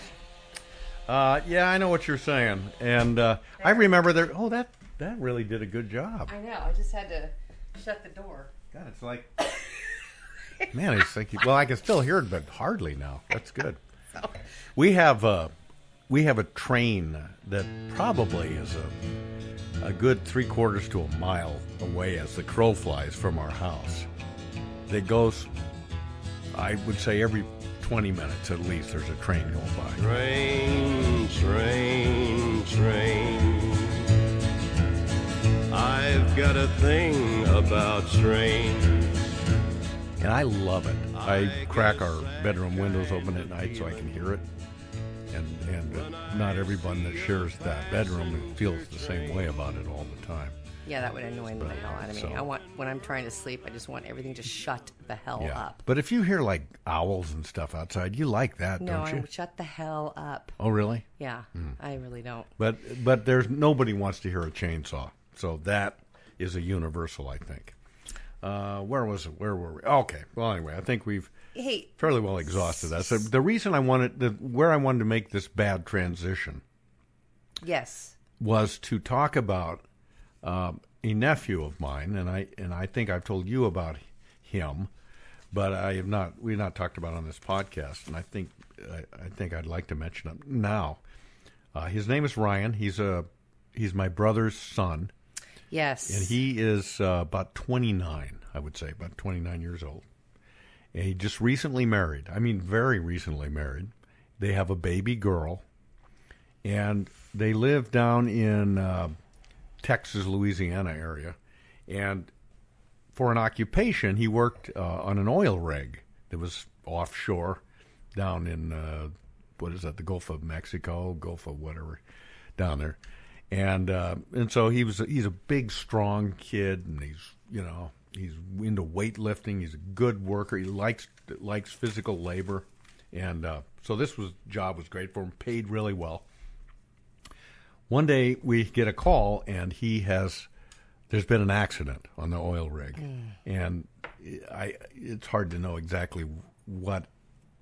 S10: Uh, yeah, I know what you're saying, and uh, I remember there. Oh, that that really did a good job.
S11: I know. I just had to shut the door.
S10: God, it's like Man, it's like well, I can still hear it, but hardly now. That's good. We have a we have a train that probably is a a good three quarters to a mile away as the crow flies from our house. That goes, I would say, every twenty minutes at least. There's a train going by.
S4: Train, train, train. I've got a thing about trains.
S10: and I love it. I, I crack our bedroom windows open at night so I can hear it. And, and uh, not everyone that shares that bedroom feels the same way about it all the time.
S11: Yeah, that would annoy the hell out of me.
S10: So-
S11: I want when I'm trying to sleep, I just want everything to shut the hell
S10: Yeah.
S11: up.
S10: But if you hear like owls and stuff outside, you like that,
S11: No,
S10: don't you?
S11: I shut the hell up.
S10: Oh, really?
S11: Yeah,
S10: Hmm.
S11: I really don't.
S10: But but there's nobody wants to hear a chainsaw, so that is a universal, I think. Uh, where was it? Where were we? Okay. Well, anyway, I think we've
S11: Hey.
S10: fairly well exhausted that. So the reason I wanted the where I wanted to make this bad transition
S11: Yes.
S10: was to talk about um, a nephew of mine, and I and I think I've told you about him, but I have not. We've not talked about it on this podcast, and I think I, I think I'd like to mention him now. Uh, his name is Ryan. He's a he's my brother's son.
S11: Yes.
S10: And he is uh, about 29, I would say, about 29 years old. And he just recently married. I mean, very recently married. They have a baby girl. And they live down in uh, Texas, Louisiana area. And for an occupation, he worked uh, on an oil rig that was offshore down in, uh, what is that, the Gulf of Mexico, Gulf of whatever, down there and uh, and so he was he's a big strong kid and he's you know he's into weightlifting he's a good worker he likes likes physical labor and uh, so this was job was great for him paid really well one day we get a call and he has there's been an accident on the oil rig
S5: Mm.
S10: and I it's hard to know exactly what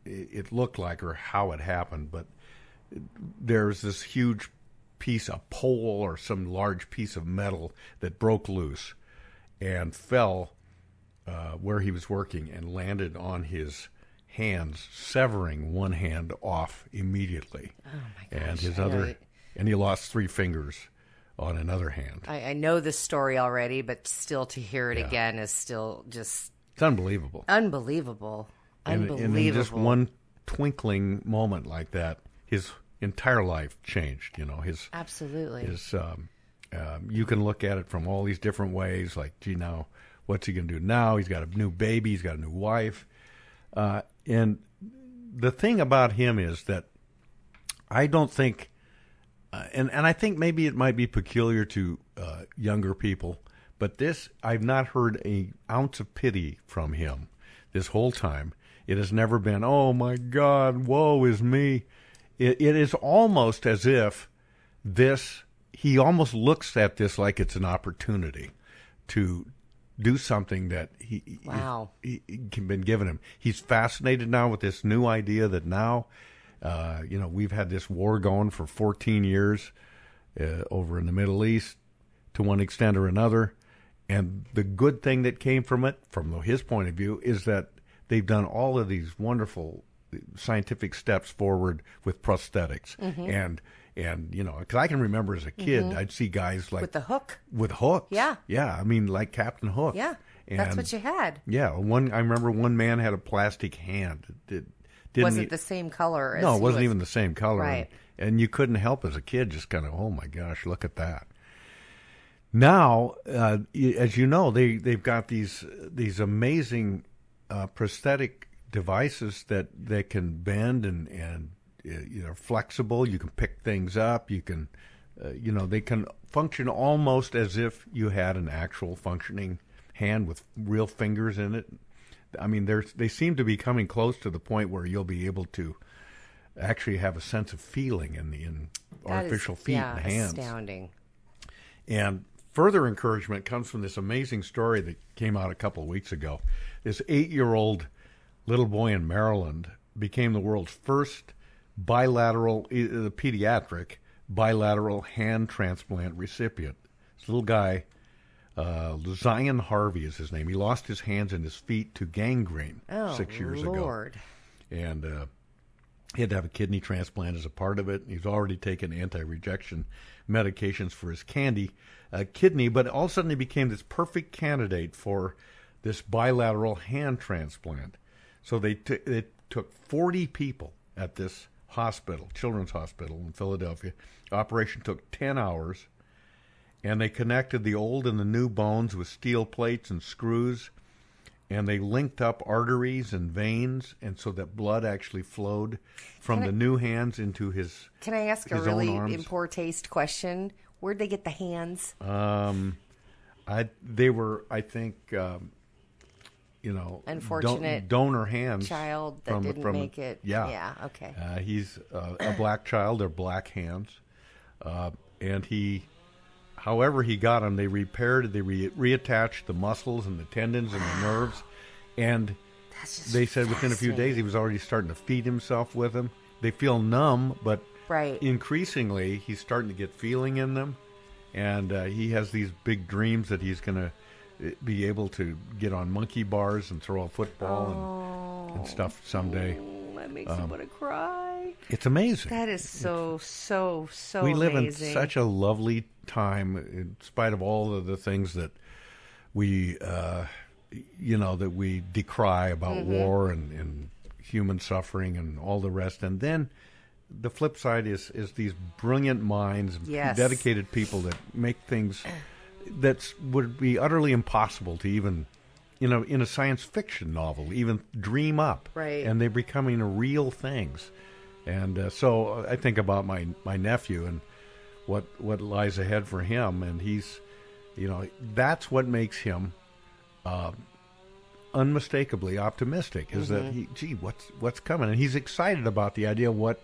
S10: it it looked like or how it happened but there's this huge piece a pole or some large piece of metal that broke loose and fell uh, where he was working and landed on his hands severing one hand off immediately
S11: Oh, my
S10: and
S11: gosh,
S10: his
S11: I
S10: other
S11: know.
S10: and he lost three fingers on another hand
S11: I, I know this story already, but still to hear it
S10: Yeah.
S11: again is still just
S10: it's unbelievable
S11: unbelievable.
S10: And-
S11: Unbelievable.
S10: And in just one twinkling moment like that, his entire life changed. You know, his
S11: Absolutely.
S10: his. Um, um, you can look at it from all these different ways. Like, gee, now what's he going to do now? He's got a new baby. He's got a new wife. Uh, and the thing about him is that I don't think, uh, and and I think maybe it might be peculiar to uh, younger people, but this I've not heard a ounce of pity from him this whole time. It has never been, oh my God, woe is me. It, it is almost as if this he almost looks at this like it's an opportunity to do something that he
S11: Wow.
S10: he, he been given him. He's fascinated now with this new idea that now, uh, you know, we've had this war going for 14 years uh, over in the Middle East to one extent or another. And the good thing that came from it, from his point of view, is that they've done all of these wonderful scientific steps forward with prosthetics
S11: Mhm.
S10: and and you know because i can remember as a kid
S11: Mhm.
S10: i'd see guys like
S11: with the hook.
S10: with hooks
S11: Yeah.
S10: yeah i mean like captain hook
S11: Yeah. That's
S10: And-
S11: what you had.
S10: yeah, one. I remember one man had a plastic hand. It, it didn't
S11: wasn't
S10: e-
S11: the same color as
S10: No, it
S11: he
S10: wasn't
S11: was.
S10: even the same color. and-
S11: Right.
S10: And, you couldn't help as a kid, just kind of, oh my gosh, look at that. Now, uh, y- as you know, they they've got these these amazing uh, prosthetic devices that that can bend and and uh, you know flexible. You can pick things up. You can. Uh, you know they can function almost as if you had an actual functioning hand with real fingers in it. I mean, they're, they seem to be coming close to the point where you'll be able to actually have a sense of feeling in the in
S11: That is-
S10: artificial feet
S11: yeah,
S10: and hands.
S11: Astounding.
S10: And further encouragement comes from this amazing story that came out a couple of weeks ago. This eight year old little boy in Maryland became the world's first bilateral, uh, uh, pediatric bilateral hand transplant recipient. This little guy, uh, Zion Harvey is his name. He lost his hands and his feet to gangrene
S11: Oh,
S10: six years
S11: Lord.
S10: ago. And uh, he had to have a kidney transplant as a part of it. He's already taken anti-rejection medications for his candy uh, kidney, but all of a sudden he became this perfect candidate for this bilateral hand transplant. So they t- it took 40 people at this hospital, Children's Hospital in Philadelphia. Operation took 10 hours, and they connected the old and the new bones with steel plates and screws and they linked up arteries and veins, and so that blood actually flowed from
S11: Can I-
S10: the new hands into his.
S11: Can I ask a
S10: his own
S11: really
S10: arms.
S11: in poor taste question? Where'd they get the hands?
S10: Um, I they were I think um, you know don-
S11: Unfortunate
S10: donor hands
S11: child that didn't make it.
S10: Yeah,
S11: Yeah, okay.
S10: Uh, he's uh, a black child. They're black hands, uh, and he. However, he got them. They repaired, they re- reattached the muscles and the tendons and the nerves, and they said within a few days he was already starting to feed himself with them. They feel numb, but
S11: Right.
S10: increasingly he's starting to get feeling in them and uh, he has these big dreams that he's going to be able to get on monkey bars and throw a football
S11: Oh.
S10: and, and stuff someday
S11: That makes
S10: Um,
S11: me want to cry.
S10: it's amazing
S11: That is so so so.
S10: we live
S11: amazing.
S10: in such a lovely time in spite of all of the things that we uh, you know that we decry about
S11: Mhm.
S10: war and, and human suffering and all the rest and then the flip side is is these brilliant minds and
S11: Yes.
S10: dedicated people that make things that would be utterly impossible to even you know in a science fiction novel even dream up
S11: Right.
S10: and they're becoming real things and uh, so I think about my my nephew and what what lies ahead for him, and he's, you know, that's what makes him, uh, unmistakably optimistic. Is that
S11: Mhm.
S10: he, gee, what's what's coming, and he's excited about the idea of what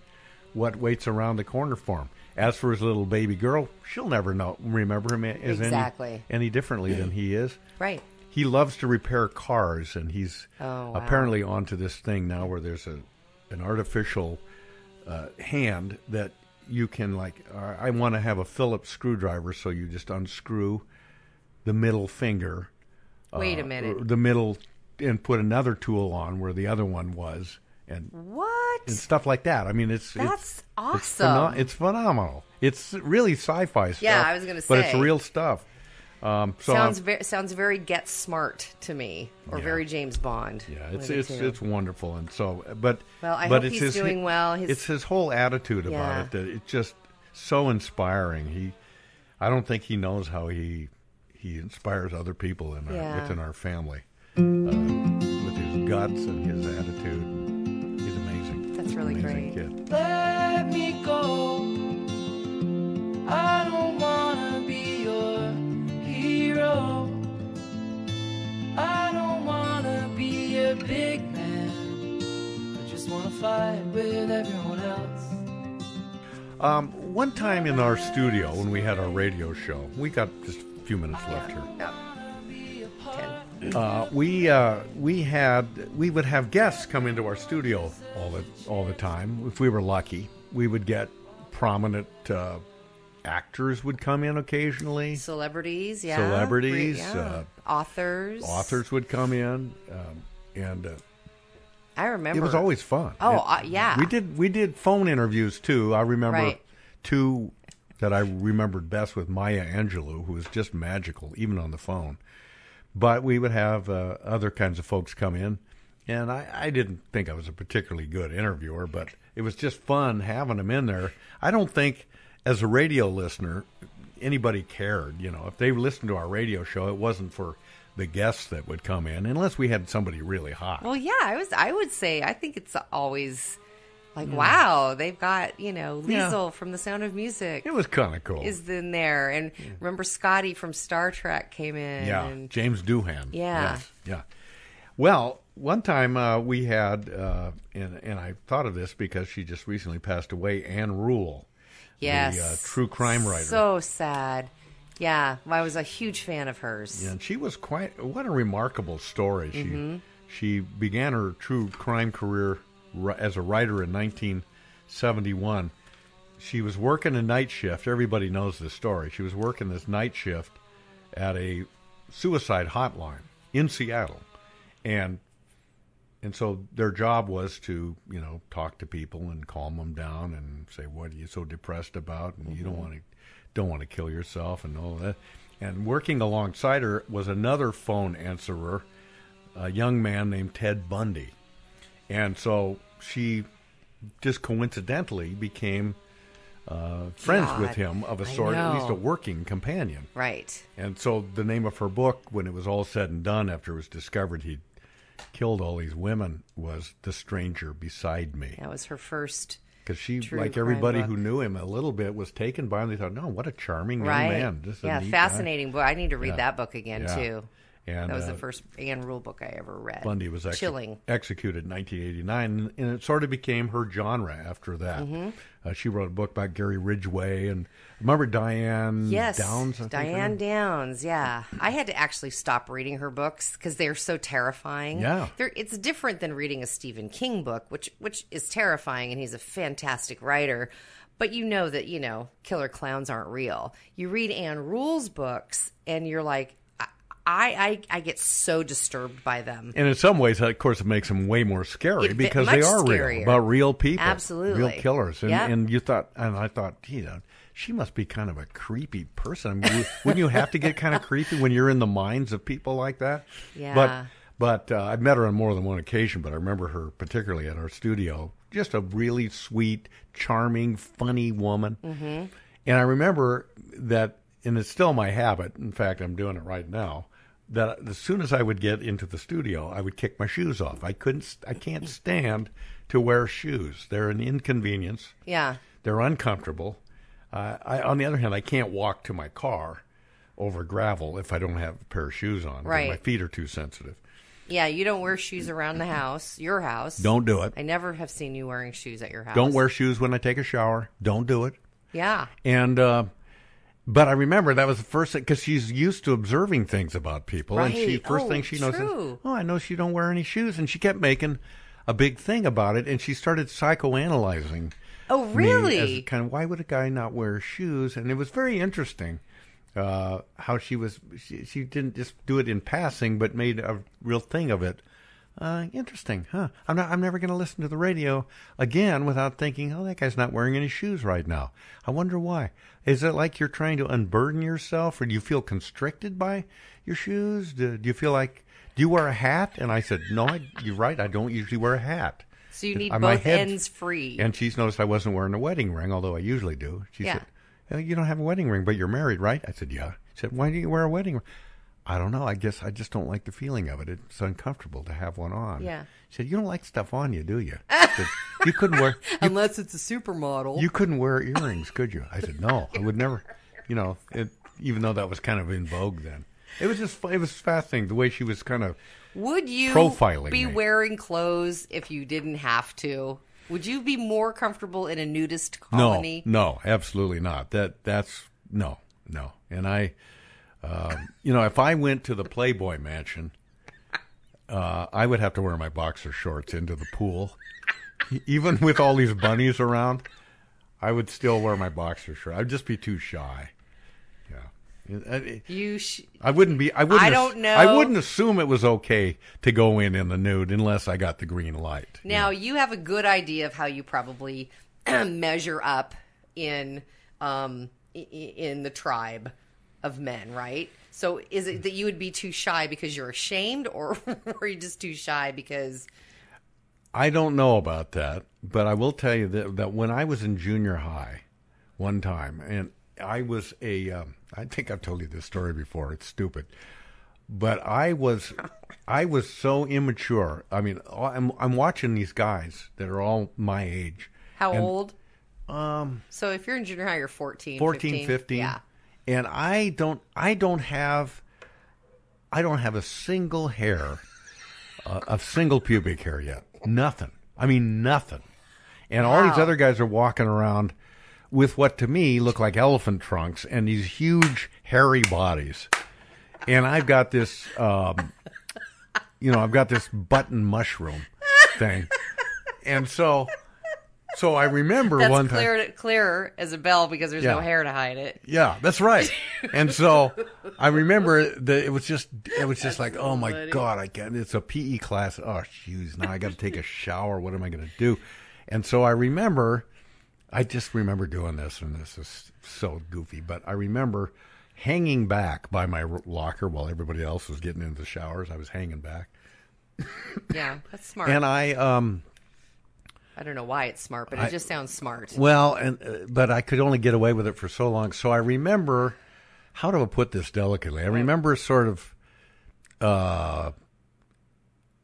S10: what waits around the corner for him. As for his little baby girl, she'll never know remember him as
S11: Exactly.
S10: any any differently than he is.
S11: Right.
S10: He loves to repair cars, and he's
S11: Oh, wow.
S10: apparently onto this thing now where there's a an artificial uh, hand that you can like. Uh, I want to have a Phillips screwdriver, so you just unscrew the middle finger. uh,
S11: Wait a minute.
S10: or The middle, and put another tool on where the other one was, and
S11: What?
S10: and stuff like that. I mean, it's
S11: That's
S10: it's, It's,
S11: awesome.
S10: pheno- it's phenomenal. It's really sci-fi stuff.
S11: Yeah, I was gonna
S10: but it's
S11: say.
S10: real stuff. Um, so
S11: sounds
S10: I'm-
S11: very sounds very get smart to me, or very James Bond.
S10: yeah,
S11: One of
S10: it's
S11: the
S10: it's
S11: two.
S10: it's wonderful, and so but
S11: Well, I
S10: but
S11: hope
S10: it's
S11: he's
S10: his,
S11: doing well. His-
S10: it's his whole attitude
S11: Yeah.
S10: about it that it's just so inspiring. He, I don't think he knows how he he inspires other people in our,
S11: Yeah.
S10: within our family uh, with his guts and his attitude. He's amazing.
S11: That's really
S10: amazing
S11: great.
S10: Kid.
S5: Let me go. I don't wanna be your hero. I don't wanna be a big man. I just wanna fight with everyone else.
S10: Um, one time in our studio when we had our radio show, we got just a few minutes left here. Uh, we uh, we had we would have guests come into our studio all the all the time. If we were lucky, we would get prominent uh, actors would come in occasionally.
S11: Celebrities, yeah.
S10: Celebrities,
S11: Re- yeah.
S10: uh,
S11: authors,
S10: Authors would come in, um, and uh,
S11: I remember
S10: it was always fun.
S11: Oh,
S10: It-
S11: uh, yeah.
S10: We did we did phone interviews too. I remember
S11: Right.
S10: two that I remembered best with Maya Angelou, who was just magical even on the phone. But we would have uh, other kinds of folks come in, and I, I didn't think I was a particularly good interviewer, but it was just fun having them in there. I don't think as a radio listener anybody cared. You know, if they listened to our radio show, it wasn't for the guests that would come in, unless we had somebody really hot.
S11: Well, yeah, I was. I would say I think it's always like, wow, they've got you know
S10: Yeah.
S11: Liesel from The Sound of Music.
S10: It was kind of cool.
S11: Is in there, and remember Scotty from Star Trek came in.
S10: Yeah,
S11: and-
S10: James Doohan.
S11: Yeah.
S10: Yes, yeah. Well, one time uh, we had, uh, and and I thought of this because she just recently passed away. Anne Rule,
S11: yes,
S10: the uh, true crime writer.
S11: So sad. Yeah, I was a huge fan of hers.
S10: Yeah, and she was quite what a remarkable story. She
S11: Mhm.
S10: she began her true crime career ri- as a writer in 1971. She was working a night shift. Everybody knows this story. She was working this night shift at a suicide hotline in Seattle, and and so their job was to you know talk to people and calm them down and say what are you so depressed about and you don't
S11: Mm-hmm.
S6: Mhm.
S10: want to don't want to kill yourself and all that and working alongside her was another phone answerer a young man named ted bundy and so she just coincidentally became uh, friends with
S11: God,
S10: him of a
S11: I
S10: sort at least a
S11: know.
S10: working companion
S11: Right.
S10: and so the name of her book, when it was all said and done, after it was discovered he'd killed all these women was The Stranger Beside Me.
S11: That was her first.
S10: Because she,
S11: true
S10: like
S11: crime
S10: everybody
S11: book.
S10: who knew him a little bit, was taken by him. They thought, no, what a charming
S11: Right.
S10: young man. Just a
S11: Yeah,
S10: neat guy."
S11: fascinating book. I need to read that book again, too.
S10: And,
S11: that was
S10: uh,
S11: the first Anne Rule book I ever read.
S10: Bundy was exe-
S11: chilling.
S10: executed in 1989, and it sort of became her genre after that.
S11: Mhm.
S10: Uh, she wrote a book about Gary Ridgway, and remember Diane
S11: Yes,
S10: Downs? I think her
S11: Diane
S10: name?
S11: Downs. Yeah, I had to actually stop reading her books because they're so terrifying.
S10: Yeah.
S11: They're, it's different than reading a Stephen King book, which which is terrifying, and he's a fantastic writer. But you know that you know killer clowns aren't real. You read Anne Rule's books, and you're like, I I, I get so disturbed by them.
S10: And in some ways, of course, it makes them way more scary
S11: It- it-
S10: because they
S11: much
S10: are real,
S11: scarier.
S10: about real people, real
S11: Absolutely.
S10: killers. And,
S11: Yeah.
S10: and you thought, and I thought, gee, uh, she must be kind of a creepy person. I mean, w- wouldn't you have to get kind of creepy when you're in the minds of people like that?
S11: Yeah.
S10: But but uh, I've met her on more than one occasion. But I remember her particularly at our studio. Just a really sweet, charming, funny woman.
S2: Mm-hmm.
S10: And I remember that, and it's still my habit. In fact, I'm doing it right now. That as soon as I would get into the studio, I would kick my shoes off. I couldn't. I can't stand to wear shoes. They're an inconvenience.
S11: Yeah.
S10: They're uncomfortable. Uh, I, on the other hand, I can't walk to my car over gravel if I don't have a pair of shoes on.
S11: Right.
S10: My feet are too sensitive.
S11: Yeah, you don't wear shoes around the house, your house.
S10: Don't do it.
S11: I never have seen you wearing shoes at your house.
S10: Don't wear shoes when I take a shower. Don't do it.
S11: Yeah.
S10: And uh, but I remember that was the first thing because she's used to observing things about people, and she
S2: Right.
S10: first
S2: Oh,
S10: thing she knows is,
S2: true.
S10: oh, I know she don't wear any shoes, and she kept making a big thing about it, and she started psychoanalyzing.
S11: Oh,
S10: me
S11: really?
S10: as kind of why would a guy not wear shoes? And it was very interesting. Uh, how she was, she, she didn't just do it in passing, but made a real thing of it. Uh, interesting, huh? I'm not. I'm never going to listen to the radio again without thinking, "Oh, that guy's not wearing any shoes right now. I wonder why." Is it like you're trying to unburden yourself, or do you feel constricted by your shoes? Do, do you feel like do you wear a hat? And I said, "No, I, you're right. I don't usually wear a hat."
S11: So you need
S10: Uh, my
S11: both ends free.
S10: And she's noticed I wasn't wearing a wedding ring, although I usually do. She
S11: Yeah.
S10: said, "Uh, "You don't have a wedding ring, but you're married, right?" I said, "Yeah." She said, "Why do you wear a wedding ring?" I don't know. I guess I just don't like the feeling of it. It's uncomfortable to have one on.
S11: Yeah.
S10: She said, "You don't like stuff on you, do you?" I said, you couldn't wear.
S11: Unless it's a supermodel.
S10: You couldn't wear earrings, could you? I said, "No, I would never." You know, it, even though that was kind of in vogue then, it was just it was fascinating the way she was kind of
S11: Would you
S10: profiling
S11: be
S10: me.
S11: wearing clothes if you didn't have to? Would you be more comfortable in a nudist colony?
S10: No, Mm. no, absolutely not. That that's no, no. And I, um, you know, if I went to the Playboy Mansion, uh, I would have to wear my boxer shorts into the pool, E, even with all these bunnies around. I would still wear my boxer short. I'd just be too shy. Yeah. I-
S11: You sh-
S10: I wouldn't be. I wouldn't.
S11: I
S10: ass-
S11: don't know.
S10: I wouldn't assume it was okay to go in in the nude unless I got the green light.
S11: Now you have a good idea of how you probably measure up in um, i- i- in the tribe of men, right? So is it that you would be too shy because you're ashamed, or were you just too shy because
S10: I don't know about that, but I will tell you that, that when I was in junior high, one time, and I was a, um, I think I've told you this story before. It's stupid, but I was, I was so immature. I mean, I'm I'm watching these guys that are all my age.
S11: how
S10: and-
S11: old?
S10: Um,
S11: so if you're in junior high, you're 14,
S10: 14 15
S11: yeah.
S10: and i don't i don't have i don't have a single hair uh, a single pubic hair yet nothing i mean nothing and all these
S2: Wow.
S10: other guys are walking around with what to me look like elephant trunks and these huge hairy bodies and i've got this um, you know i've got this button mushroom thing and so so i remember
S11: That's
S10: one time
S11: clear, clearer as a bell because there's no
S10: Yeah.
S11: hair to hide it.
S10: yeah, that's right. and so I remember that it was just it was just like, oh my
S2: funny.
S10: god, I can't. It's a PE class. Oh, jeez, now I got to take a shower. What am I going to do? And so I remember, I just remember doing this, and this is so goofy, but I remember hanging back by my r- locker while everybody else was getting into the showers. I was hanging back,
S11: Yeah, that's smart.
S10: and I um.
S11: I don't know why it's smart, but it
S10: I-
S11: just sounds smart.
S10: Well, and uh, but I could only get away with it for so long. So I remember how do I put this delicately? I remember sort of uh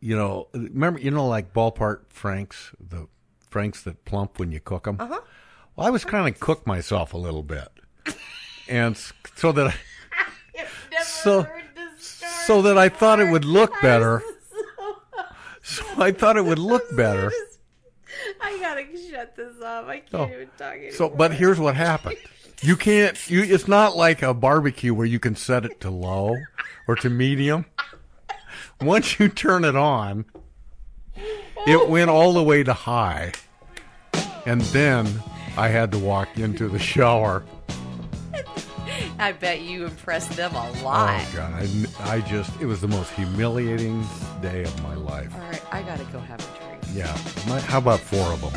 S10: you know, remember, you know, like ballpark Franks, the Franks that plump when you cook them. Uh-huh. Well, I was trying to cook myself a little bit, and s- so that I, so so that I thought it would look better. So I thought it would look better.
S11: I gotta shut this off. I can't
S10: Oh.
S11: even talk anymore.
S10: So, but here's what happened. You can't. You. It's not like a barbecue where you can set it to low or to medium. Once you turn it on, it went all the way to high, and then I had to walk into the shower.
S11: I bet you impressed them a lot.
S10: Oh God! I, I just. It was the most humiliating day of my life.
S11: All right, I gotta go have a drink.
S10: Yeah. My, how about four of them?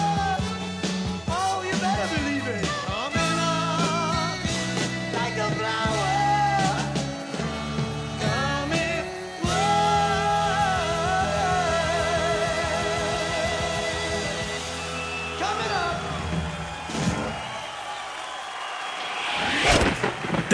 S7: Oh, you better believe it. Coming up like a flower. Coming up. Coming up.